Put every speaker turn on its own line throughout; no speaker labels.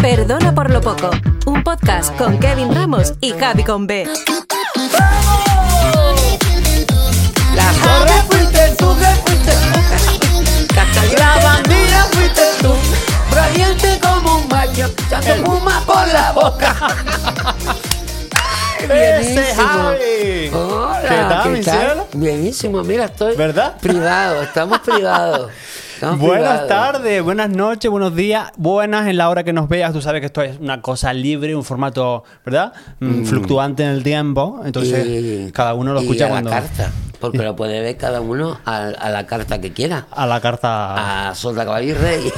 Perdona por lo poco, un podcast con Kevin Ramos y Javi con B.
La zorra fuiste tú, que fuiste tú. La bandida fuiste tú. Radiante como un macho, echando puma por la boca. Ay,
¡Ese
buenísimo.
Javi!
Hola,
¿Qué tal, mi cielo?
Buenísimo, mira, estoy
¿Verdad?
privado, estamos privados. Estamos
Buenas
privados.
tardes, buenas noches, buenos días, buenas en la hora que nos veas. Tú sabes que esto es una cosa libre, un formato, ¿verdad? Mm, Fluctuante en el tiempo. Entonces,
Y-
cada uno lo
y
escucha
a
cuando.
la carta, porque lo puede ver cada uno a, a la carta que quiera.
A la carta.
A Solda Caballo y Rey.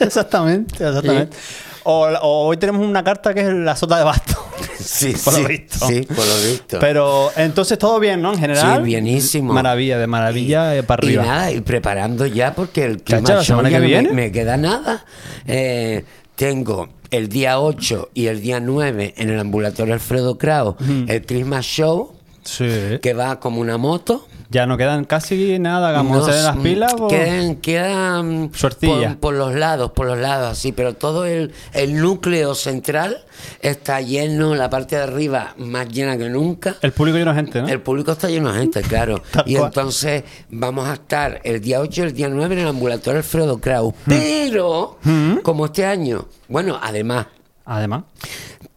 exactamente, exactamente. O, o hoy tenemos una carta que es la sota de basto.
sí,
Por lo
sí,
visto.
Sí, por lo visto.
Pero entonces todo bien, ¿no? En general.
Sí, bienísimo.
Maravilla, de maravilla eh, para
y
arriba.
nada, y preparando ya porque el clima
Chacha, la semana
ya
que
no me-
viene.
Me, queda nada. Eh, tengo el día 8 y el día 9 en el ambulatorio Alfredo Krau el clima show
Sí.
que va como una moto.
Ya no quedan casi nada, hagamos
Nos-
de las pilas. o-
Quedan, quedan
Suertilla.
Por, por los lados, por los lados, así, pero todo el, el núcleo central está lleno, la parte de arriba más llena que nunca.
El público lleno de gente, ¿no?
El público está lleno de gente, claro.
¿Ah? Tal
y
cual.
entonces vamos a estar el día 8 y el día 9 en el ambulatorio Alfredo Kraus.
Mm.
Pero, como este año, bueno, además,
Además.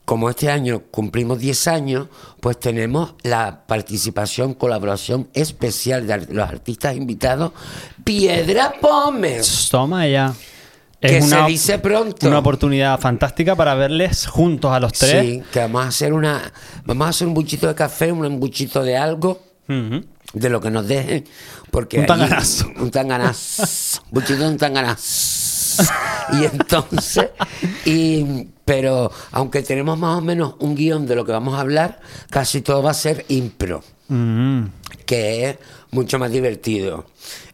como este año cumplimos 10 años, pues tenemos la participación, colaboración especial de ar- los artistas invitados Piedra Pómez.
Toma ya.
Que se dice pronto.
Una oportunidad fantástica para verles juntos a los tres.
Sí, que vamos a hacer una, vamos a hacer un buchito de café, un buchito de algo.
Ujú.
de lo que nos dejen, porque
Un
ahí-
tanganazo.
un tanganazo, un buchito de un tanganazo. Y entonces, y, pero aunque tenemos más o menos un guión de lo que vamos a hablar, casi todo va a ser impro,
Mm.
que es mucho más divertido.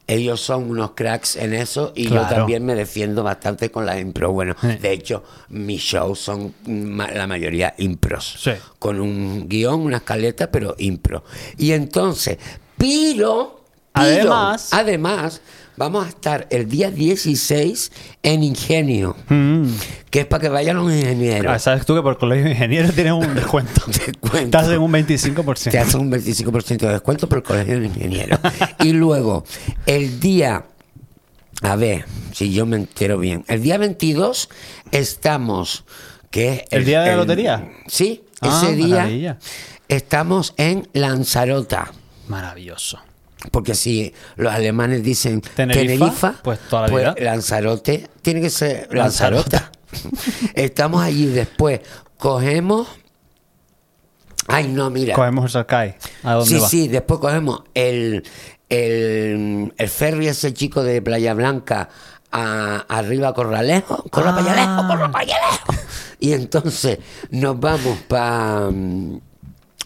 Ellos son unos cracks en eso y yo
Claro.
también me defiendo bastante con la impro. Bueno,
Sí.
de hecho, mis shows son ma- la mayoría impros
Sí.
con un guión, una escaleta, pero impro. Y entonces, pero, pero,
Además-
además, vamos a estar el día 16 en Ingenio, que es para que vayan los
Ah,
ingenieros.
Sabes tú que por colegio de ingenieros tienes un descuento.
Descuento.
Te hacen un 25%.
Te hacen un 25% de descuento por el colegio de ingenieros. y luego, el día, a ver, si yo me entero bien, el día 22 estamos, que es
¿El día de la lotería?
Sí,
Ah,
ese día
maravilla.
estamos en Lanzarota.
Maravilloso.
Porque si los alemanes dicen
Tenerife,
Tenerife,
pues toda la vida.
Lanzarote tiene que ser Lanzarota. Estamos allí después. Cogemos. Ay, no, mira.
Cogemos el Sarkai. ¿A dónde
sí,
va?
sí, después cogemos el, el, el ferry ese chico de Playa Blanca a, arriba a Corralejo. Corra
Ah.
para allá lejos, corra para allá lejos. Y entonces nos vamos para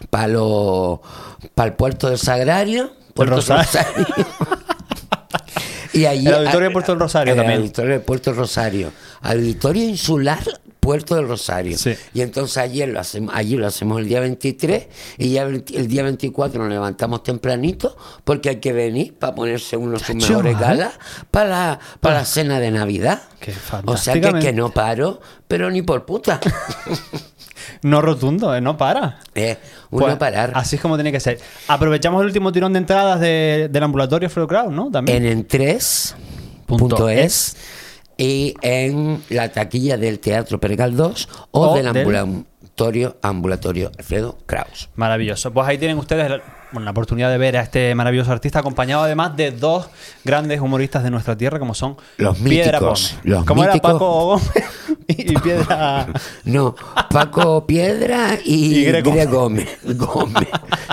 para el puerto del Sagrario. Puerto
Rosario.
Rosario. y allí,
El auditorio de Puerto del Rosario
el
también.
auditorio de Puerto del Rosario. Auditorio insular Puerto del Rosario.
Sí.
Y entonces ayer lo hacemos, allí lo hacemos el día 23 y ya el, el día 24 nos levantamos tempranito porque hay que venir para ponerse uno sus
Chacho,
mejores
¿vale?
galas para la, para la cena de Navidad.
Que
o sea que,
Ah. fantásticamente.
que no paro, pero ni por puta.
No rotundo, eh, no para.
Eh, uno
Pues,
parar.
Así es como tiene que ser. Aprovechamos el último tirón de entradas de- del ambulatorio Fredo Crowd, ¿no? También.
en en 3 punto es y en la taquilla del Teatro Pergal 2 o,
O
del
del-
ambulatorio, ambulatorio Alfredo Kraus.
Maravilloso. Pues ahí tienen ustedes la, bueno, la oportunidad de ver a este maravilloso artista acompañado además de dos grandes humoristas de nuestra tierra como son
Los
Piedra
míticos,
Pómez.
los
como era
míticos.
Paco Gómez y Piedra...
No, Paco Piedra y,
Y Greco.
Grego Gómez. Gómez.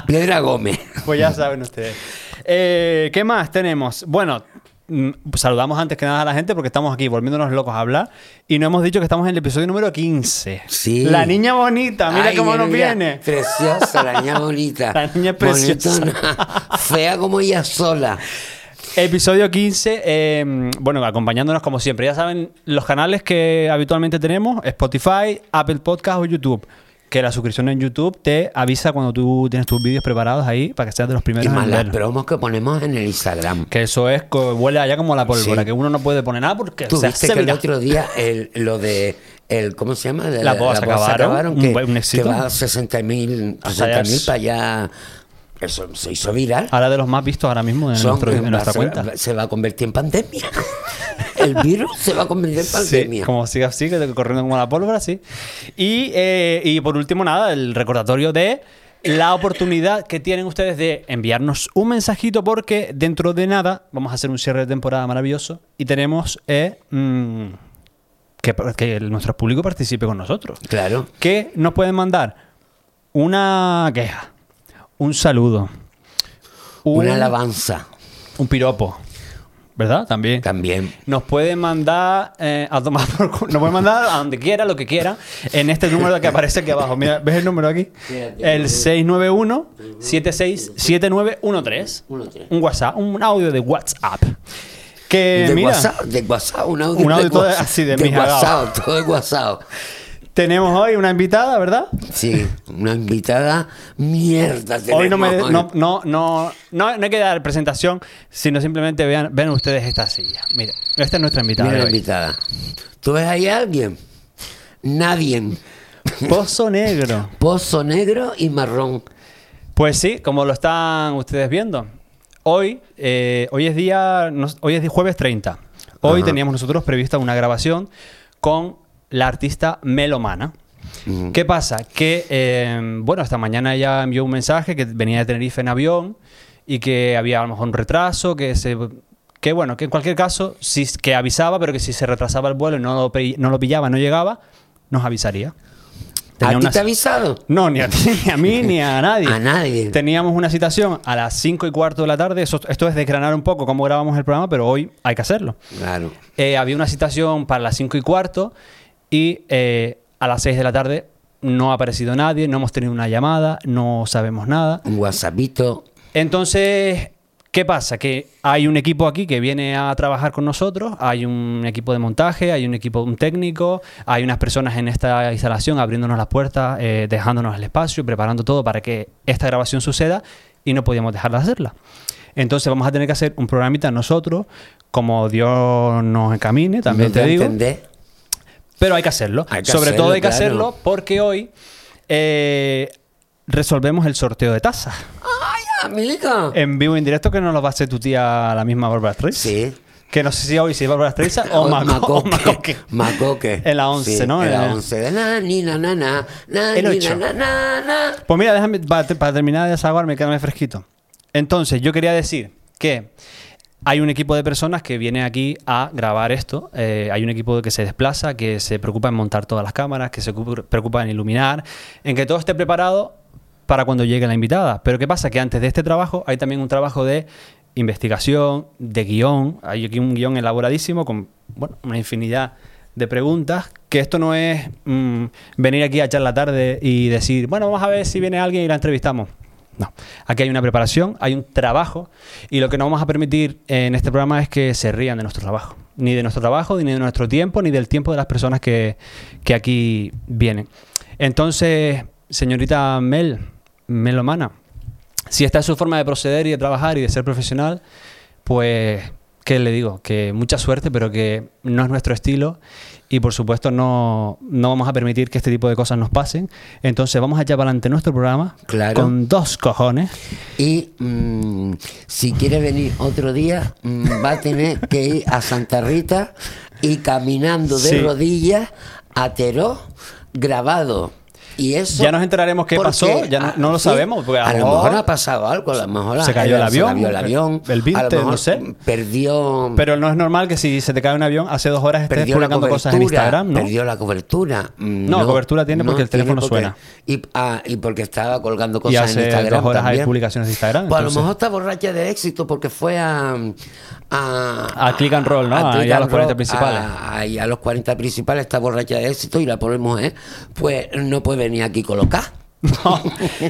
Piedra Gómez.
Pues ya saben ustedes. Eh, ¿Qué más tenemos? Bueno, mm, saludamos antes que nada a la gente porque estamos aquí volviéndonos locos a hablar y no hemos dicho que estamos en el episodio número 15.
Sí.
La niña bonita, Ah, mira
Ay,
cómo nos
mira,
viene.
Preciosa, la niña bonita.
La niña es preciosa.
Bonitona, fea como ella sola.
Episodio 15, eh, bueno, acompañándonos como siempre. Ya saben los canales que habitualmente tenemos, Spotify, Apple Podcast o YouTube. Que la suscripción en YouTube te avisa cuando tú tienes tus vídeos preparados ahí para que seas de los
Y
primeros en
más las
verlo.
promos que ponemos en el Instagram.
Que eso es, co- huele allá como la pólvora,
Sí.
que uno no puede poner nada porque
Tú
se
viste
hace
que el
viral.
otro día el- lo de el ¿cómo se llama?
Las bodas se acabaron, un
que,
buen éxito.
que va a 60.000
Hasta
60.000
allá.
para allá. Eso se hizo viral.
Ahora de los más vistos ahora mismo Ah, en,
Son-
nuestro- en
va-
nuestra
se,
cuenta.
va- se va a convertir en pandemia. el virus se va a convertir en pandemia.
Sí, como siga así, que- corriendo como la pólvora, sí. Y, eh, y por último, nada, el recordatorio de la oportunidad que tienen ustedes de enviarnos un mensajito porque dentro de nada vamos a hacer un cierre de temporada maravilloso y tenemos eh, mm, que, que el- nuestro público participe con nosotros.
Claro.
que nos pueden mandar una queja, un saludo, un-
Una alabanza
un piropo, ¿verdad? También.
también.
Nos pueden mandar eh, a tomar por culo. Nos pueden mandar a donde quiera, lo que quiera, en este número que aparece aquí abajo. Mira, ¿ves el número aquí?
Fíjate.
El 691-767913.
Uno-tres.
Un WhatsApp, un audio de WhatsApp. Que
de,
Eh, mira,
WhatsApp, de WhatsApp, un audio,
Un audio
de
todo
WhatsApp,
así de mis
WhatsApp, todo de WhatsApp.
tenemos hoy una invitada, ¿verdad?
Sí, una invitada mierda.
Hoy no, me,
tenemos hoy.
no, no, no, no, no hay que dar presentación, sino simplemente vean, vean ustedes esta silla. Mira, esta es nuestra invitada.
Mira
de
la
hoy.
invitada. ¿Tú ves ahí a alguien? Nadie.
Pozo Negro.
Pozo negro y marrón.
Pues sí, como lo están ustedes viendo. Hoy, eh, hoy es día, no- hoy es di- jueves 30. Hoy
Ajá.
teníamos nosotros prevista una grabación con la artista Melomana.
Mm.
¿Qué pasa? Que, eh, bueno, esta mañana ella envió un mensaje que venía de Tenerife en avión y que había a lo mejor un retraso, que se... Que bueno, que en cualquier caso, si, que avisaba, pero que si se retrasaba el vuelo y no lo, pe- no lo pillaba, no llegaba, nos avisaría. Tenía
¿A ti
una-
te ha avisado?
no, ni a ti, ni a mí, ni a nadie.
A nadie.
Teníamos una citación a las 5 y cuarto de la tarde. Eso- esto es desgranar un poco cómo grabamos el programa, pero hoy hay que hacerlo.
Claro.
Eh, había una citación para las 5 y cuarto y eh, a las 6 de la tarde no ha aparecido nadie, no hemos tenido una llamada, no sabemos nada.
Un whatsappito.
Entonces, ¿qué pasa? Que hay un equipo aquí que viene a trabajar con nosotros, hay un equipo de montaje, hay un equipo, un técnico, hay unas personas en esta instalación abriéndonos las puertas, eh, dejándonos el espacio, preparando todo para que esta grabación suceda y no podíamos dejar de hacerla. Entonces vamos a tener que hacer un programita nosotros, como Dios nos encamine, también
No
te digo.
entendés.
Pero hay que hacerlo.
Hay que
Sobre
hacerlo,
todo hay que
claro.
hacerlo porque hoy eh, resolvemos el sorteo de tazas
¡Ay, amiga!
en vivo y en directo que nos lo va a hacer tu tía la misma Bárbara Streisand.
Sí.
Que no sé si hoy si es Bárbara Streisand o, Maco- o Macoque.
Macoque.
En la 11,
Sí,
¿no?
En
Eh,
la 11. De na, ni, na, na, na, na,
El
ni,
ocho.
na, na, na, na.
Pues mira, déjame, para, te- para terminar de desahogarme, quedarme fresquito. Entonces, yo quería decir que hay un equipo de personas que viene aquí a grabar esto. eh, hay un equipo que se desplaza, que se preocupa en montar todas las cámaras, que se ocupa- preocupa en iluminar, en que todo esté preparado para cuando llegue la invitada. Pero ¿qué pasa? Que antes de este trabajo hay también un trabajo de investigación, de guión. Hay aquí un guión elaboradísimo con bueno, una infinidad de preguntas, que esto no es mm, venir aquí a echar la tarde y decir, bueno, vamos a ver si viene alguien y la entrevistamos. No, aquí hay una preparación, hay un trabajo y lo que no vamos a permitir en este programa es que se rían de nuestro trabajo, ni de nuestro trabajo, ni de nuestro tiempo, ni del tiempo de las personas que, que aquí vienen. Entonces, señorita Mel, Melomana, si esta es su forma de proceder y de trabajar y de ser profesional, pues, ¿qué le digo? Que mucha suerte, pero que no es nuestro estilo y por supuesto no, no vamos a permitir que este tipo de cosas nos pasen. Entonces vamos a echar para adelante nuestro programa
Claro.
con dos cojones.
Y mm, si quiere venir otro día, mm, va a tener que ir a Santa Rita y caminando de
Sí.
rodillas a Teró grabado. Y eso,
Ya nos enteraremos qué
porque-
pasó, ya no- no lo sabemos, porque
a, lo mejor ha pasado algo, a lo mejor
se cayó el avión,
el avión,
el- el
a lo
vinter, no
mejor
sé.
Perdió,
Pero no es normal que si se te cae un avión hace dos horas estés
Mm. perdió la
publicando
cobertura.
cosas en Instagram, ¿no?
Perdió la cobertura. Mm,
No, cobertura tiene porque el teléfono suena.
Y, ah, y porque estaba colgando
Y
cosas en
hace
Instagram.
dos horas hay
también.
publicaciones de Instagram.
Pues a lo
Ah, entonces-
mejor está borracha de éxito porque fue a. A,
A click and roll, ¿no?
click
Ahí a
and
los 40
roll,
principales.
a- ahí a los 40 principales está borracha de éxito y la pobre mujer, pues no puede venir aquí colocar.
Este No,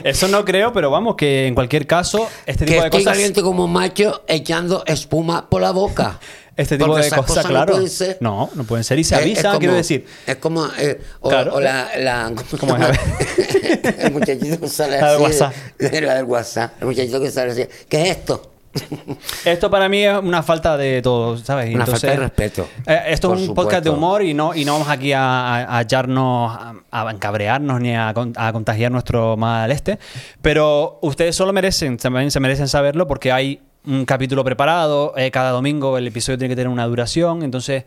eso no creo, pero vamos, que en cualquier caso, este
Que
tipo de
estoy
cosas.
caliente como un macho echando espuma por la boca.
Este tipo
Porque
de
esas
cosas,
No
claro.
pueden ser.
No, no pueden ser. Y se
Es- es
avisa,
como-
quiero decir.
Es como. eh, o,
Claro.
o la. la
Como es, a
el muchachito que sale
La del
así.
WhatsApp.
de- de la del WhatsApp. El muchachito que sale así. ¿Qué es esto?
Esto para mí es una falta de todo, ¿sabes? Y
Una falta de respeto,
eh, esto
por
es un podcast de
supuesto.
humor y no, y no vamos aquí a, a- a hallarnos, a, a encabrearnos ni a, con- a contagiar nuestro mal este. Pero ustedes solo merecen, también se merecen saberlo porque hay un capítulo preparado. eh, cada domingo el episodio tiene que tener una duración. Entonces,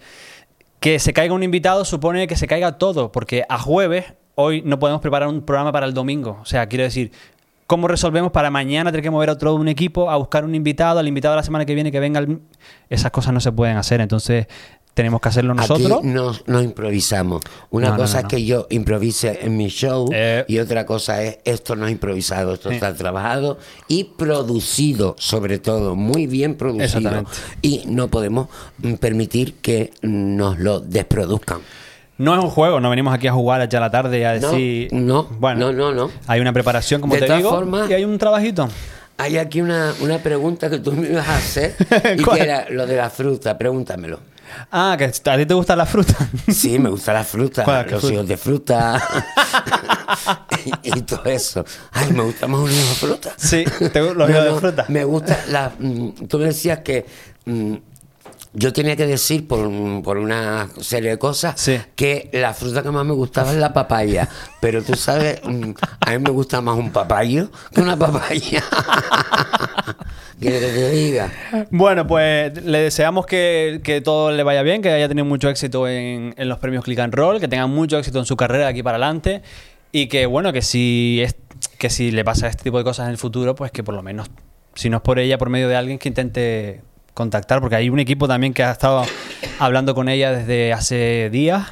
que se caiga un invitado supone que se caiga todo, porque a jueves hoy no podemos preparar un programa para el domingo. O sea, quiero decir, ¿cómo resolvemos para mañana tener que mover a otro de un equipo a buscar un invitado, al invitado de la semana que viene que venga? el- Esas cosas no se pueden hacer, entonces tenemos que hacerlo nosotros.
Aquí no, no improvisamos. Una
No, no,
cosa
no, no.
es que yo improvise en mi show
Eh.
y otra cosa es esto no es improvisado, esto
Sí.
está trabajado y producido, sobre todo, muy bien producido.
Exactamente.
Y no podemos mm, permitir que nos lo desproduzcan.
No es un juego, no venimos aquí a jugar allá a la tarde a
No,
decir.
no, no, no, no.
Hay una preparación, como
De
te
todas
digo,
formas-
y hay un trabajito.
Hay aquí una, una pregunta que tú me ibas a hacer y
¿Cuál?
que era lo de la fruta, pregúntamelo.
Ah, que a ti te gusta la fruta.
Sí, me gusta la fruta,
¿Cuál? ¿Qué
los
fruta?
hijos de fruta y, y todo eso. Ay, me gusta más un hijo de fruta.
Sí, te gu- los hijos de fruta.
Me gusta la. mm, Tú me decías que. mm, yo tenía que decir por, un- por una serie de cosas
Sí.
que la fruta que más me gustaba es la papaya. Pero tú sabes, mm, a mí me gusta más un papayo que una papaya. ¿Quieres que te diga?
Bueno, pues le deseamos que, que todo le vaya bien, que haya tenido mucho éxito en, en los premios Click and Roll, que tenga mucho éxito en su carrera de aquí para adelante y que, bueno, que si, es, que si le pasa este tipo de cosas en el futuro, pues que por lo menos, si no es por ella, por medio de alguien que intente contactar, porque hay un equipo también que ha estado hablando con ella desde hace días.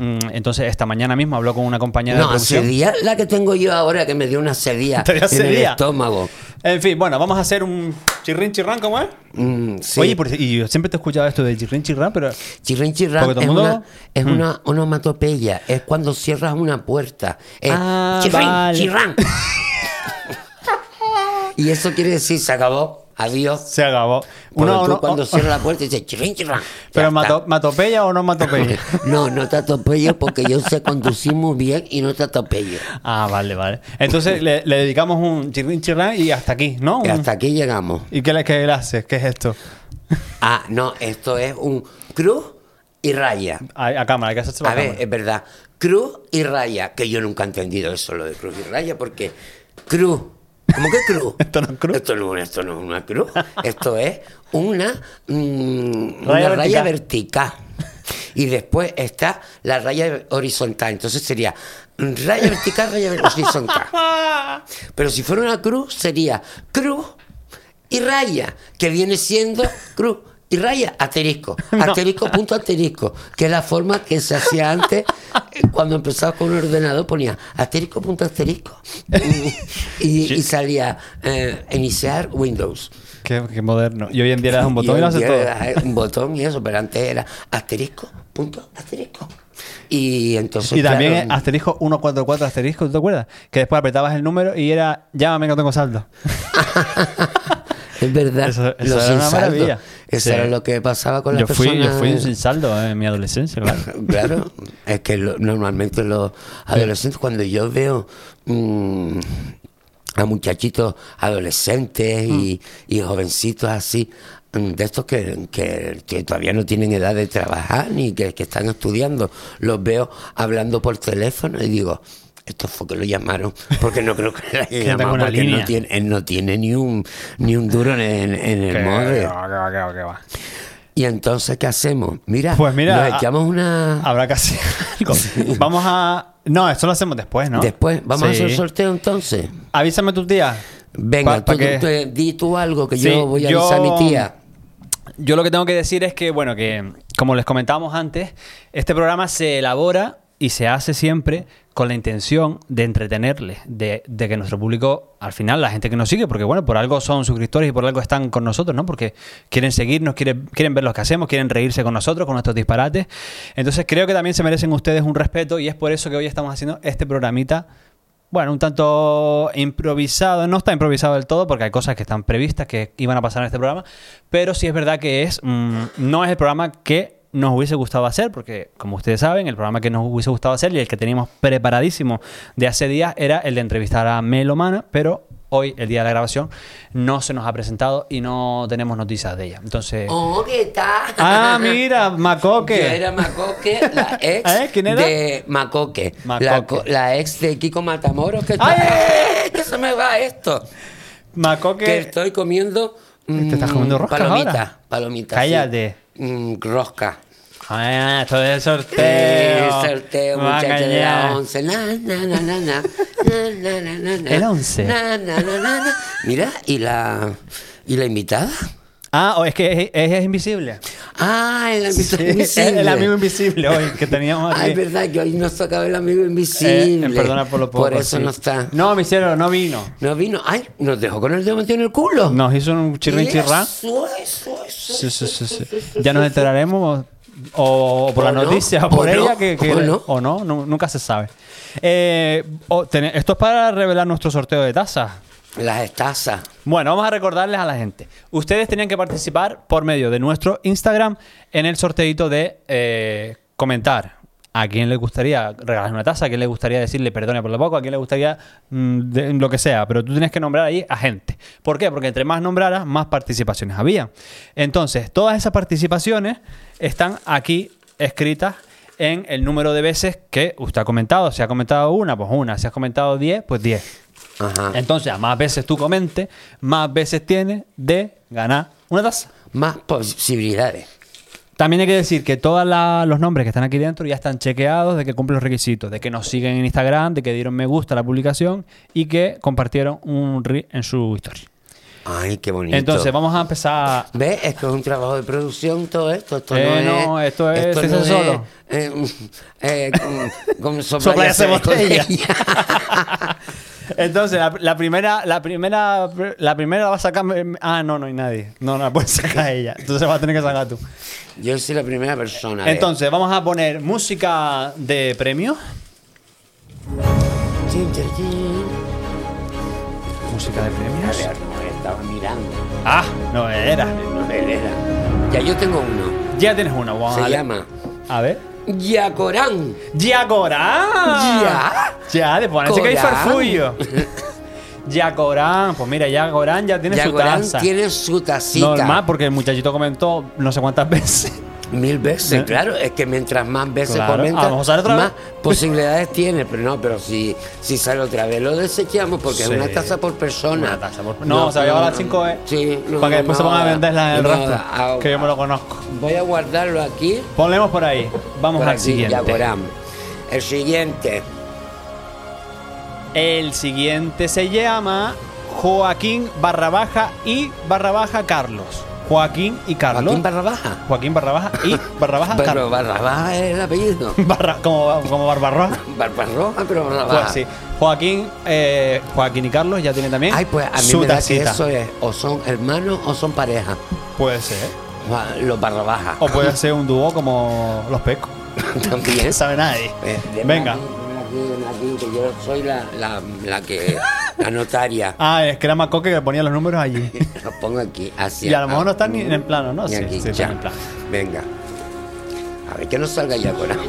Mm, Entonces, esta mañana mismo habló con una compañera de
No,
producción.
sedía la que tengo yo ahora que me dio una sedía
¿Te dio
en el
sedía?
estómago.
En fin, bueno, vamos a hacer un chirrin chirrán, ¿cómo es?
Mm, sí.
Oye, por- y yo siempre te he escuchado esto de chirrin chirrán, pero
Chirrin chirrán
Porque todo
es,
el mundo- Mm.
una, es una onomatopeya, es cuando cierras una puerta. Es
Ah,
chirrin,
vale.
chirrán. y eso quiere decir, se acabó, adiós.
se acabó.
Porque
Una
tú
ono-
cuando
o-
cierras la puerta dices chirrin chirrán. Ya
oh, ¿Pero
está.
mato- matopeya o no matopeya?
No, no te atropello porque yo sé conducir muy bien y no te atropello.
ah, vale, vale. Entonces le, le dedicamos un chirrin chirrán y hasta aquí, ¿no?
Y
Un-
hasta aquí llegamos.
¿Y qué le, qué le haces? ¿Qué es esto?
Ah, no, esto es un cruz y raya.
A, a cámara, hay que hacerse
A
la
ver, eh,
cámara.
es verdad. Cruz y raya, que yo nunca he entendido eso, lo de cruz y raya, porque cruz. ¿Cómo que cruz?
Esto no es cruz.
Esto no, esto no es una cruz. Esto es una, mm,
Raya
una raya vertical. Y después está la raya horizontal. Entonces sería mm, raya vertical, raya horizontal. Pero si fuera una cruz, sería cruz y raya, que viene siendo cruz y raya, asterisco. Asterisco, punto asterisco, que es la forma que se hacía antes eh, cuando empezaba con un ordenador, ponía asterisco, punto asterisco. Y, y- y salía eh, iniciar Windows.
Qué, qué moderno. Y hoy en día le das un botón y,
Y
lo
hoy
hace
día
todo.
le das Un botón y eso, pero antes era asterisco, punto asterisco. Y entonces.
Y también
claro,
asterisco 144 asterisco, ¿tú te acuerdas? Que después apretabas el número y era llámame que no tengo saldo.
Es verdad.
Eso- eso
los
era una
sin saldo.
maravilla.
Eso
Sí.
era lo que pasaba con las
Yo fui, yo
personas-
fui sin saldo eh, en mi adolescencia, claro.
Claro, es que lo- normalmente los adolescentes, cuando yo veo mm, a muchachitos adolescentes y,
Mm.
y jovencitos así, mm, de estos que, que- que todavía no tienen edad de trabajar ni que, que están estudiando, los veo hablando por teléfono y digo... Esto fue que lo llamaron, porque no creo que lo hayan
tenga
llamado,
una
porque no
línea.
tiene, él no tiene ni un, ni un duro en, en el
Que
móvil.
va, que va, que va, que va.
Y entonces, ¿qué hacemos? Mira,
Pues mira,
nos echamos una...
Habrá que hacer algo. Vamos a. No, esto lo hacemos después, ¿no?
Después, vamos a
Sí.
hacer el sorteo entonces.
Avísame tu tía.
Venga,
Pa- pa'
tú-
que-
tú- tú- di tú algo que
Sí,
yo voy a avisar
yo-
a mi tía.
Yo lo que tengo que decir es que, bueno, que como les comentábamos antes, este programa se elabora y se hace siempre con la intención de entretenerles, de, de que nuestro público, al final, la gente que nos sigue, porque bueno, por algo son suscriptores y por algo están con nosotros, ¿no? Porque quieren seguirnos, quieren, quieren ver lo que hacemos, quieren reírse con nosotros, con nuestros disparates. Entonces creo que también se merecen ustedes un respeto y es por eso que hoy estamos haciendo este programita bueno, un tanto improvisado, no está improvisado del todo porque hay cosas que están previstas que iban a pasar en este programa, pero sí es verdad que es mm, no es el programa que nos hubiese gustado hacer porque como ustedes saben, el programa que nos hubiese gustado hacer y el que teníamos preparadísimo de hace días era el de entrevistar a Melomana, pero hoy, el día de la grabación, no se nos ha presentado y no tenemos noticias de ella. Entonces.
¡Oh, qué tal!
Ah, mira, Macoque.
Yo era Macoque, la ex
¿Eh? ¿Quién era?
de Macoque.
Macoque.
La, co- la ex de Kiko Matamoros. Que, está-
¡Ay, ay,
¡Eh! que se me va esto.
Macoque.
Que estoy comiendo. mm,
estás comiendo roscas
Palomita,
ahora?
palomita.
Cállate.
sí. Mm, rosca.
Ah, esto es el
Eh,
sorteo.
sorteo,
Me va a
muchacha de
engañar.
la 11. Na, na, na, na, na. Na, na, na, na, na.
El 11.
Na, na, na, na, na. Mira, ¿y la, ¿y la invitada?
Ah, o es que es, es- es invisible.
Ah, el amigo
Sí, es
invisible.
el amigo invisible hoy que teníamos aquí.
Ay, verdad, que hoy nos tocaba el amigo
Eh,
invisible.
perdona por lo poco.
Por eso
sí.
no está.
No, mi cielo, no vino.
No vino. Ay, nos dejó con el dedo metido en el culo.
Nos hizo un chirrin chirrá.
Eso, eso, eso.
Sí, sí, sí, sí. Ya nos enteraremos o, o por
O
la
no,
noticia o
o
por
no,
ella que, que-
o no.
nu- nunca se sabe. Eh, o tene- esto es para revelar nuestro sorteo de tazas.
Las estazas.
Bueno, vamos a recordarles a la gente. Ustedes tenían que participar por medio de nuestro Instagram en el sorteito de eh, comentar a quién le gustaría regalar una taza, a quién le gustaría decirle perdone por lo poco, a quién le gustaría mm, de- lo que sea. Pero tú tienes que nombrar ahí a gente. ¿Por qué? Porque entre más nombraras, más participaciones había. Entonces, todas esas participaciones están aquí escritas en el número de veces que usted ha comentado. Si ha comentado una, pues una. Si has comentado 10, pues 10.
Ajá.
Entonces, a más veces tú comentes, más veces tienes de ganar una taza.
Más posibilidades.
También hay que decir que todos los nombres que están aquí dentro ya están chequeados de que cumplen los requisitos, de que nos siguen en Instagram, de que dieron me gusta a la publicación y que compartieron un reel en su historia.
Ay, qué bonito.
Entonces, vamos a empezar.
¿Ves? Esto es un trabajo de producción, todo esto. Esto
Eh,
no,
no,
es.
esto es ciencia solo.
eh, eh, con, con sopla
Sopla
y
y hace
hacer
botella.
botella.
Entonces, la, la primera, la primera, la primera la va a sacar. Ah, no, no hay nadie. No, no la puedes sacar ella. Entonces vas a tener que sacar tú.
Yo soy la primera persona. eh. ¿ves?
Entonces, vamos a poner música de premio.
Chin, chin, chin.
Música de
A
premios.
ver, no estaba mirando.
Ah, no era.
No era. Ya yo tengo uno.
Ya tienes una, vamos
Se
a ver.
llama
A ver.
Yacorán.
¡Yacorán!
Ya.
Ya, de ponerse que hay
Corán.
farfullo. Yacorán, pues mira, Yacorán ya tiene
Yacorán
su taza.
tiene su tacita.
Normal, porque el muchachito comentó no sé cuántas veces.
Mil veces,
¿Eh?
claro. Es que mientras más veces
Claro.
comenta,
Ah, vamos a usar otra
más
vez.
posibilidades tiene. Pero no, pero si, si sale otra vez, lo desechamos porque es
Sí.
una taza por persona.
Una taza por- No, se va a llevar las 5 eh.
Sí, no,
para que después se
no,
pongan a venderla en el
no,
rastro.
ah,
que yo me lo conozco.
Voy a guardarlo aquí.
Ponemos por ahí. Vamos
por
al
aquí,
siguiente.
Yacorán. El siguiente.
El siguiente se llama Joaquín barra baja y barra baja Carlos. Joaquín y Carlos.
Joaquín Barra Baja.
Joaquín barra baja y barra baja
Pero
Carlos.
Barra Baja es el apellido.
Barra- como, como Barbarroja.
Barbarroja, pero Barra
Pues
Baja.
sí. Joaquín, eh, Joaquín y Carlos ya tienen también
Ay, pues a mí
su
me da que
tacita.
eso es o son hermanos o son pareja.
Puede ser.
Va- Los barra baja.
O puede ser un dúo como los pecos.
También.
No sabe nadie.
Eh, ven
Venga.
aquí, ven aquí, ven aquí, que yo soy la, la, la que. La notaria.
Ah, es que era Macoque que ponía los números allí.
Los pongo aquí. Así.
Y a lo mejor no están ni en el plano, ¿no?
Ni
Sí,
aquí,
sí, están
ya.
en el plano.
Venga. A ver, que no salga ya ahora.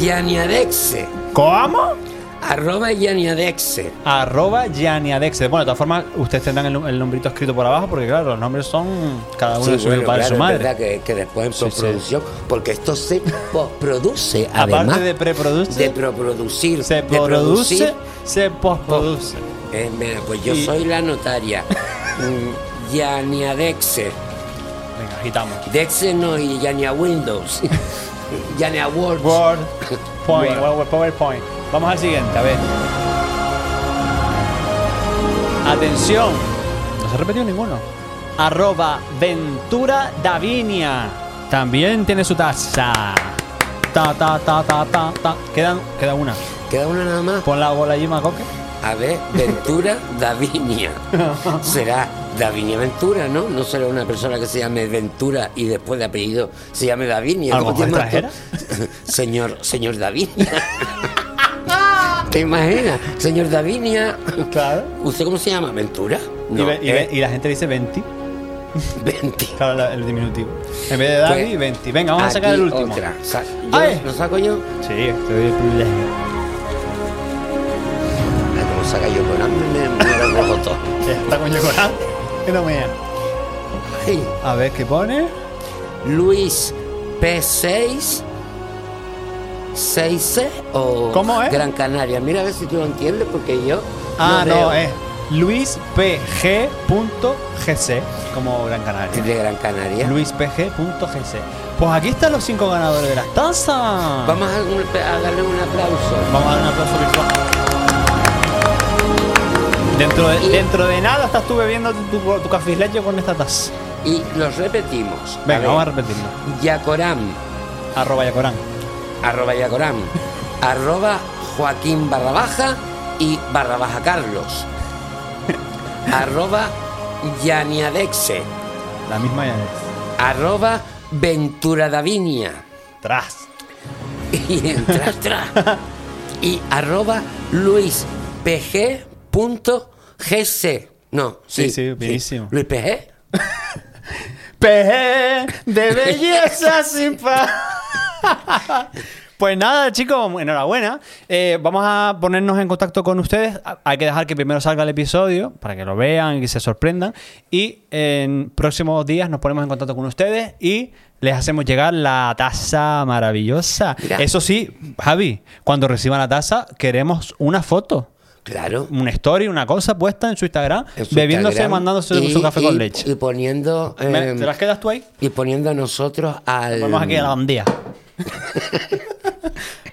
Yaniadexe.
¿Cómo?
Arroba Yaniadexe.
Arroba Gianniadexe. Bueno, de todas formas, ustedes tendrán el, el nombrito escrito por abajo porque, claro, los nombres son cada uno
Sí,
de su
bueno,
padre
claro,
su
es
madre.
verdad que, que después en
Sí, sí.
postproducción, porque esto se postproduce, además
Aparte de preproduce,
de preproducir,
se
de
produce,
producir.
se postproduce.
Eh, mira, pues yo
Y-
soy la notaria. Mm, Yania Dexe.
Venga, agitamos.
Dexe no y Yania Windows. Yania Word.
Word, Point,
Word.
Word, PowerPoint. Vamos al siguiente, a ver. Atención. No se ha repetido ninguno. Arroba Ventura Davinia. También tiene su taza. Ta, ta, ta, ta, ta, ta. Quedan, queda una.
Queda una nada más.
Pon la bola allí, Macoque.
A ver, Ventura Davinia. Será Davinia Ventura, ¿no? No será una persona que se llame Ventura y después de apellido se llame Davinia.
A lo
¿Cómo te
mejor
llamas tú? señor, señor Davinia. ¿Te imaginas? Señor Davinia.
Claro.
¿Usted cómo se llama? ¿Ventura?
y, ve- y ve-
¿eh?
y la gente dice 20.
20.
Claro, la- el diminutivo. En vez de Dani,
Pues,
20. Venga, vamos a sacar
aquí
el último.
otra. Sa- yo-
¡Ay!
¿Lo saco yo?
Sí, te doy el privilegio.
Ay, ¿Cómo saca yo con hambre? Me, me lo robo todo.
Está con Yocorán. Que no mea.
Ay,
A ver qué pone.
Luis P6 6C o
¿Cómo es?
Gran Canaria. Mira a ver si tú lo entiendes porque yo.
Ah, no,
veo.
es luispg.gc, como Gran Canaria.
De Gran Canaria.
luispg.gc. Pues aquí están los cinco ganadores de las tazas.
Vamos a, un- a darle un aplauso.
Vamos a dar un aplauso virtual. Dentro de,
Y-
dentro de nada estás tú bebiendo tu, tu, tu café leche con esta taza.
Y los repetimos.
Venga,
ver,
vamos a repetirlo.
Yacoram,
Arroba Yacorán.
arroba Yacoram, arroba Joaquín barra baja y barra baja Carlos. Arroba Yaniadexe,
La misma ya es.
arroba Ventura Davinia.
Tras.
y en tras, tras. y arroba luispg.gc no sí
Sí, sí, buenísimo.
Luis PG
PG de belleza sin paz. Pues nada, chicos, enhorabuena. Eh, vamos a ponernos en contacto con ustedes. A- Hay que dejar que primero salga el episodio para que lo vean y que se sorprendan. Y en próximos días nos ponemos en contacto con ustedes y les hacemos llegar la taza maravillosa.
Mira.
Eso sí, Javi, cuando reciban la taza, queremos una foto,
claro
una story, una cosa puesta en su Instagram,
en su
bebiéndose,
Instagram.
mandándose
Y-
su café
y-
con leche.
y poniendo
Me-
eh,
¿Te las quedas tú ahí?
y poniendo a nosotros al
Vamos aquí a la bandía.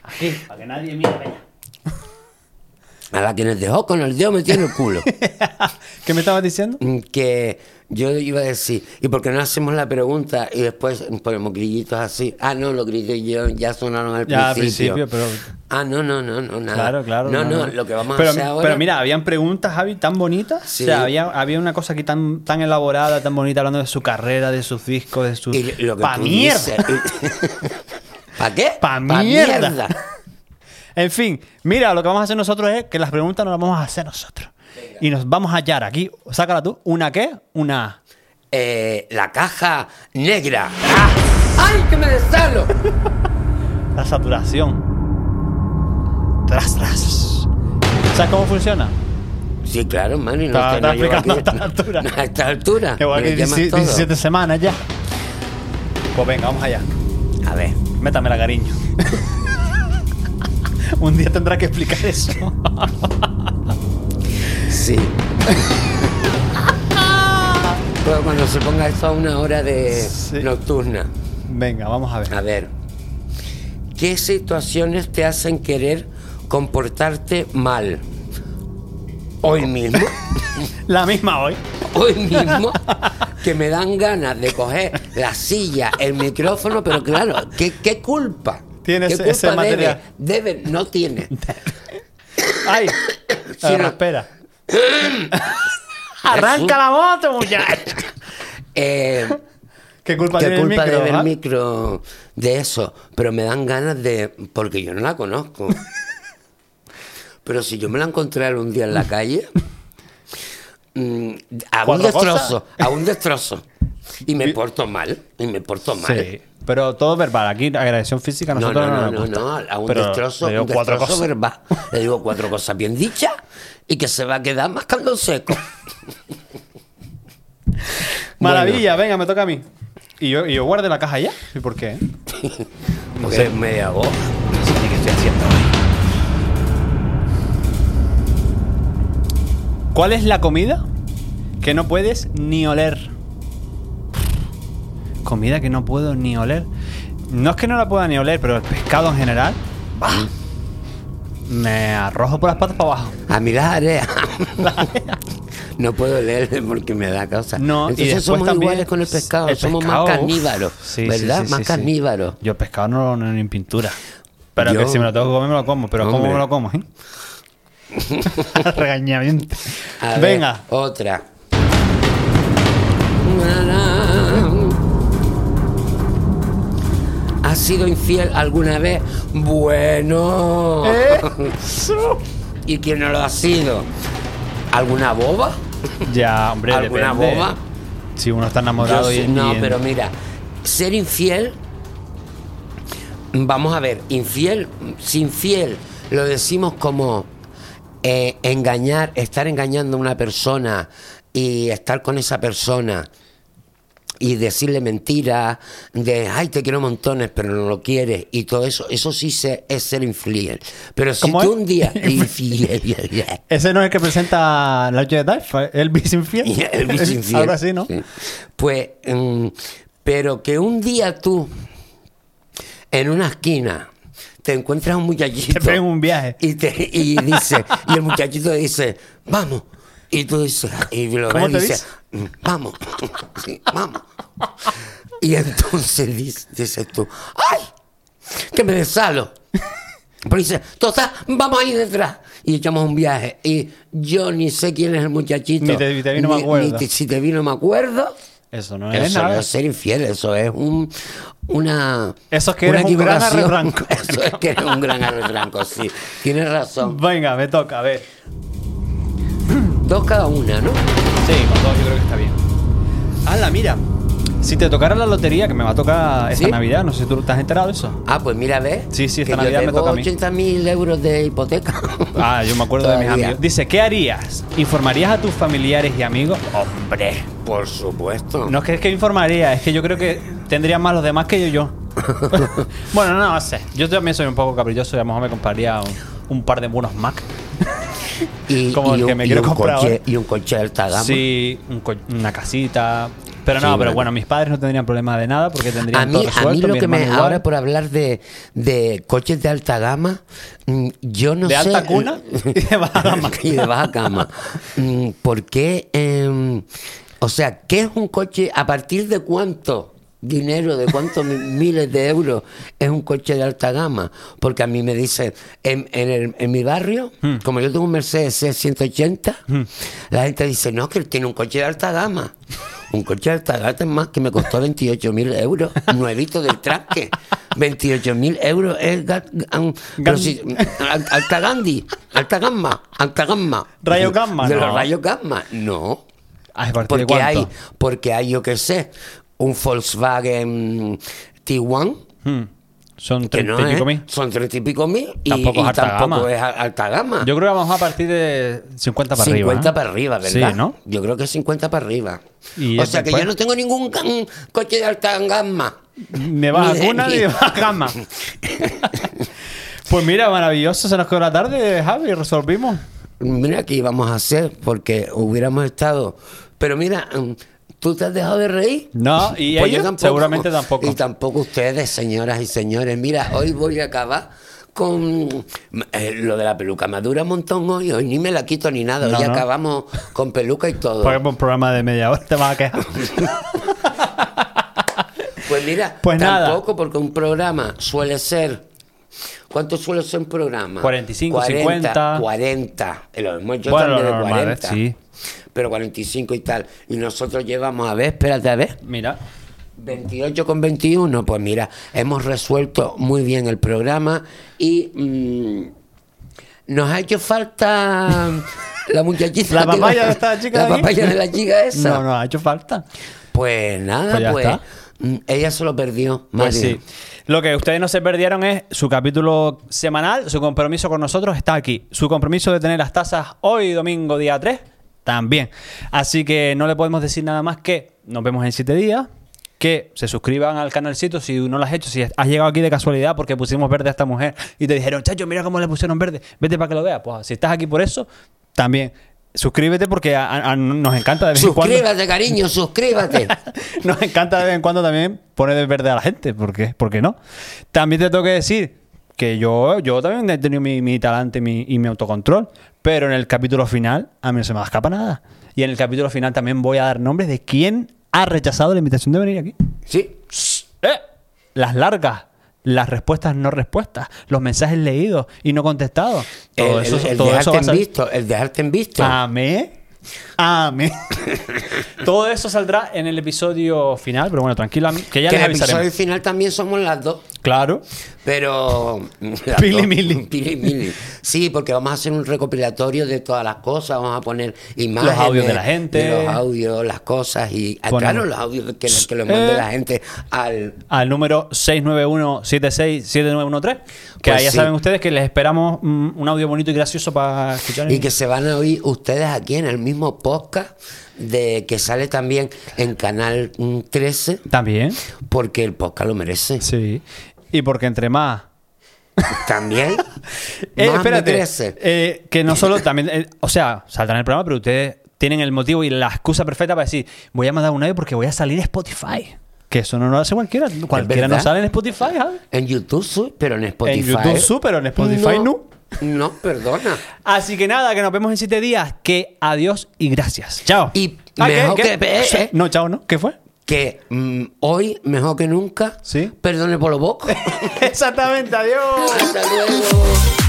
aquí, para que nadie mire, venga.
a la que nos dejó con el dedo metido en el culo
¿Qué me estabas diciendo?
Mm, que yo iba a decir y por qué no hacemos la pregunta y después ponemos grillitos así ah no los grillos ya- ya sonaron al
Ya, al
principio
principio, pero-
ah no no no no nada
Claro, claro.
no no, lo que vamos
pero,
a hacer
mi-
ahora
Pero mira, habían preguntas, Javi, tan bonitas.
Sí.
O sea, había, había una cosa aquí tan, tan elaborada, tan bonita, hablando de su carrera, de sus discos, de sus...
Y lo que
¡Pa'
tú
mierda!
dices- ¿Pa' qué?
Pa' mierda. En fin, mira, lo que vamos a hacer nosotros es que las preguntas no las vamos a hacer nosotros. Y nos vamos a hallar aquí. Sácala tú. ¿Una qué? Una... A.
Eh, la caja negra. ¡Ah! ¡Ay, que me desalo!
La saturación. Tras, tras. ¿Sabes cómo funciona?
Sí, claro, mano. y no
Está-
te-
está
no llego
explicando
aquí-
a esta altura.
A esta altura.
Igual
me
que
llamas
17,
todo.
semanas ya. Pues venga, vamos allá.
A ver.
Métamela, cariño. Un día tendrá que explicar eso.
Sí. Pero cuando se ponga esto a una hora de
Sí.
nocturna.
Venga, vamos a ver.
A ver. ¿Qué situaciones te hacen querer comportarte mal? Hoy mismo.
La misma hoy.
hoy mismo que me dan ganas de coger la silla, el micrófono, pero claro, ¿qué, qué culpa?
Tiene
¿Qué
ese- ese
culpa debe?
material.
Debe, no tiene.
¡Ay!
Sí,
Ahora,
no.
espera. ¡Arranca la moto, muchacho!
Eh,
¿Qué culpa
¿Qué
tiene
culpa
el
debe
micro?
el
ah?
micro de eso? Pero me dan ganas de... porque yo no la conozco. Pero si yo me la encontré un día en la calle, mm, a un
Cuatro cosas.
destrozo, a un destrozo. Y me porto mal, y me porto mal.
Sí. Pero todo verbal. Aquí la agresión física a
No,
nosotros
no,
no,
no,
nos
no,
gusta.
no, a un
Pero
destrozo,
le digo
un
cuatro
destrozo
cosas.
verbal. Le digo cuatro cosas bien dichas y que se va a quedar mascando en seco.
Maravilla, venga, me toca a mí. ¿Y yo, y yo guardé la caja ya? ¿Y por qué?
No sé, media voz.
¿Cuál es la comida que no puedes ni oler? Comida que no puedo ni oler. No es que no la pueda ni oler, pero el pescado en general. ¡bah! Me arrojo por las patas para abajo.
A mí las áreas. No puedo leer porque me da causa.
No, y
Entonces
después
somos
también
iguales con el pescado,
el
somos
pescado, uf.
más carnívoros,
Sí, sí,
¿verdad?
sí,
más
sí, sí.
carnívoros.
Yo pescado no lo no, ni en pintura. Pero
Yo-
que si me lo tengo que comer, me lo como. Pero ¿cómo
Hombre.
me lo como? eh? Regañamiento.
A ver,
Venga.
otra. ¿Has sido infiel alguna vez? Bueno.
Eso.
¿Y quién no lo ha sido? ¿Alguna boba?
Ya, hombre,
¿Alguna
depende.
boba?
si uno está
Yo
enamorado y,
sí-
y
no,
en-
pero mira, ser infiel, vamos a ver, infiel, sin fiel, lo decimos como eh, engañar, estar engañando a una persona y estar con esa persona y decirle mentiras, de ay te quiero montones, pero no lo quieres, y todo eso, eso sí se, es ser infiel. Pero si
¿Cómo
tú
es?
un día infiel
Ese no es el que presenta la noche de Dive, el infiel.
Y el bicho infiel.
Ahora sí, ¿no?
Sí. Pues, mm, pero que un día tú, en una esquina, te encuentras un muchachito.
Te peguen un viaje.
Y, te, y dice, y el muchachito dice, vamos. Y tú dices, y lo
¿Cómo
ves y
te
dices, "Mm, vamos, sí, vamos. Y entonces dices, dices tú, ¡ay! Que me desalo. Pero dice, total, vamos ahí detrás. Y echamos un viaje. Y yo ni sé quién es el muchachito.
Ni te- te vino, me acuerdo.
te- si te vino, me acuerdo.
Eso no es
Eso no
nada.
es ser infiel, eso es un, una.
Eso es que
una
eres un gran
equivocación.
arrebranco.
Eso es que eres un gran arrebranco, sí. Tienes razón.
Venga, me toca, a ver.
Dos cada una, ¿no?
Sí, con dos yo creo que está bien. Hala, mira. Si te tocara la lotería, que me va a tocar esta
¿Sí?
Navidad, no sé si tú te has enterado de eso.
Ah, pues mira, ¿ves?
Sí, sí, esta
que
Navidad me
yo
toca a mí.
80 mil euros de hipoteca.
Ah, yo me acuerdo de mis
Todavía.
amigos. Dice, ¿qué harías? ¿Informarías a tus familiares y amigos? Hombre.
Por supuesto.
No es que es que informaría, es que yo creo que tendría más los demás que yo. yo. bueno, no, no sé. Yo también soy un poco caprichoso y a lo mejor me compraría un, un par de buenos Mac.
y,
como el que me
y
quiero
un
comprar
coche,
ahora.
y un coche de alta gama.
Sí, un co- una casita. Pero
Sí,
no, pero
bueno.
bueno, mis padres no tendrían problema de nada porque tendrían
A mí,
todo
a
resuelto.
mí lo
mi
que me.
hermano igual.
Ahora, por hablar de, de coches de alta gama, mm, yo no
de
sé.
alta cuna y de baja gama.
y de baja cama. Mm, ¿Por qué? em, o sea, ¿qué es un coche? ¿A partir de cuánto dinero, de cuántos mi- miles de euros es un coche de alta gama? Porque a mí me dicen, en, en el- en mi barrio, como yo tengo un Mercedes C180, la gente dice, no, que él tiene un coche de alta gama. Un coche de alta gama es más que me costó 28 mil euros, nuevito del tranque. 28 mil euros es ga- ga- un- pero si- al- Alta Gandhi, Alta Gamma, Alta Gamma.
Rayo Gamma,
De
no.
los Rayo Gamma, no.
Ay, ¿a partir de
Porque
cuánto?
hay, porque hay, yo qué sé, un Volkswagen T1
Hmm. Son
que
treinta
no ¿eh?
y pico
es,
mil.
son treinta y pico mil y
Tampoco es
y
alta
tampoco
gama.
es a- alta gama.
Yo creo que vamos a partir de 50 para arriba.
50
¿eh?
para arriba, ¿verdad?
Sí, ¿no?
Yo creo que es 50 para arriba.
Y
o
es
sea que
después-
yo no tengo ningún ga- un coche de alta gama.
Me
Ni
vas a
de-
cuna
ni-
y me vas a cama. pues mira, maravilloso. Se nos quedó la tarde, Javi. Resolvimos.
Mira qué íbamos a hacer porque hubiéramos estado. Pero mira, mm, ¿tú te has dejado de reír?
No, y
Pues yo
ellos seguramente tampoco.
Y tampoco ustedes, señoras y señores. Mira, hoy voy a acabar con eh, lo de la peluca. Me dura un montón hoy, hoy ni me la quito ni nada. Hoy
No, Pues, no.
acabamos con peluca y todo.
Porque por un programa de media hora te vas a quejar.
Pues mira,
Pues nada.
tampoco, porque un programa suele ser. ¿Cuánto suele ser un programa?
45, 50.
40. Eh, Lo hemos hecho
Bueno,
también de
lo normal,
40.
sí.
Pero 45 y tal. Y nosotros llevamos, a ver, espérate, a ver.
Mira.
28 con 21. Pues mira, hemos resuelto muy bien el programa y. mm, nos ha hecho falta la muchachita.
¿La
que-
papaya de esta chica de
La
ahí?
papaya de la chica esa.
No, no, ha hecho falta.
Pues
Pues
nada,
ya
pues.
está.
mm, Ella se lo perdió.
Pues
Mario.
sí. Lo que ustedes no se perdieron es su capítulo semanal, su compromiso con nosotros está aquí. Su compromiso de tener las tazas hoy, domingo, día 3, también. Así que no le podemos decir nada más que nos vemos en 7 días. Que se suscriban al canalcito si no lo has hecho, si has llegado aquí de casualidad porque pusimos verde a esta mujer y te dijeron, chacho, mira cómo le pusieron verde, vete para que lo veas. Pues si estás aquí por eso, también suscríbete porque a- a- a- nos encanta de vez en cuando.
Suscríbate, cariño, suscríbate.
Nos encanta de vez en cuando también poner de verde a la gente, ¿por qué? ¿Por qué no? También te tengo que decir que yo, yo también he tenido mi, mi talante y mi, y mi autocontrol, pero en el capítulo final a mí no se me escapa nada. Y en el capítulo final también voy a dar nombres de quién ha rechazado la invitación de venir aquí.
Sí.
¡Eh! Las largas, las respuestas no respuestas, los mensajes leídos y no contestados. Todo
el,
eso,
el- el
todo
dejarte
eso va a Ah,
en
salir-
visto, el dejarte en visto.
Amén. Amén. Todo eso saldrá en el episodio final, pero bueno, tranquila, que ya
que
les
en el episodio
avisaremos.
final también somos las dos.
Claro.
Pero.
Pili mili.
Pili mili. Sí, porque vamos a hacer un recopilatorio de todas las cosas, vamos a poner imágenes.
audios de la gente.
Los audios, las cosas y. ah,
Ponemos.
Claro, los audios que, que le mande
Eh.
la gente al.
Al número 691-767913. Que
Pues
ahí ya
sí.
saben ustedes que les esperamos mm, un audio bonito y gracioso para escuchar.
Y que se van a oír ustedes aquí en el mismo podcast de que sale también en Canal mm, 13,
También.
porque el podcast lo merece.
Sí. Y porque entre más.
También.
Eh,
más me
espérate.
crece.
eh, que no solo también. eh, o sea, saldrán el programa, pero ustedes tienen el motivo y la excusa perfecta para decir: Voy a mandar un audio porque voy a salir de Spotify. Que eso no lo hace cualquiera. Cualquiera no
verdad.
sale en Spotify, ¿ah? ¿sabes?
En YouTube sí, pero en Spotify.
YouTube sí, pero en Spotify no.
No, perdona.
Así que nada, que nos vemos en siete días. Que adiós y gracias. Chao.
Y
Ah, ¿qué?
mejor
¿Qué?
que- eh, eh.
No, chao, ¿no? ¿Qué fue?
Que mm, hoy, mejor que nunca,
Sí.
perdone por lo poco.
Exactamente, adiós.
Hasta luego.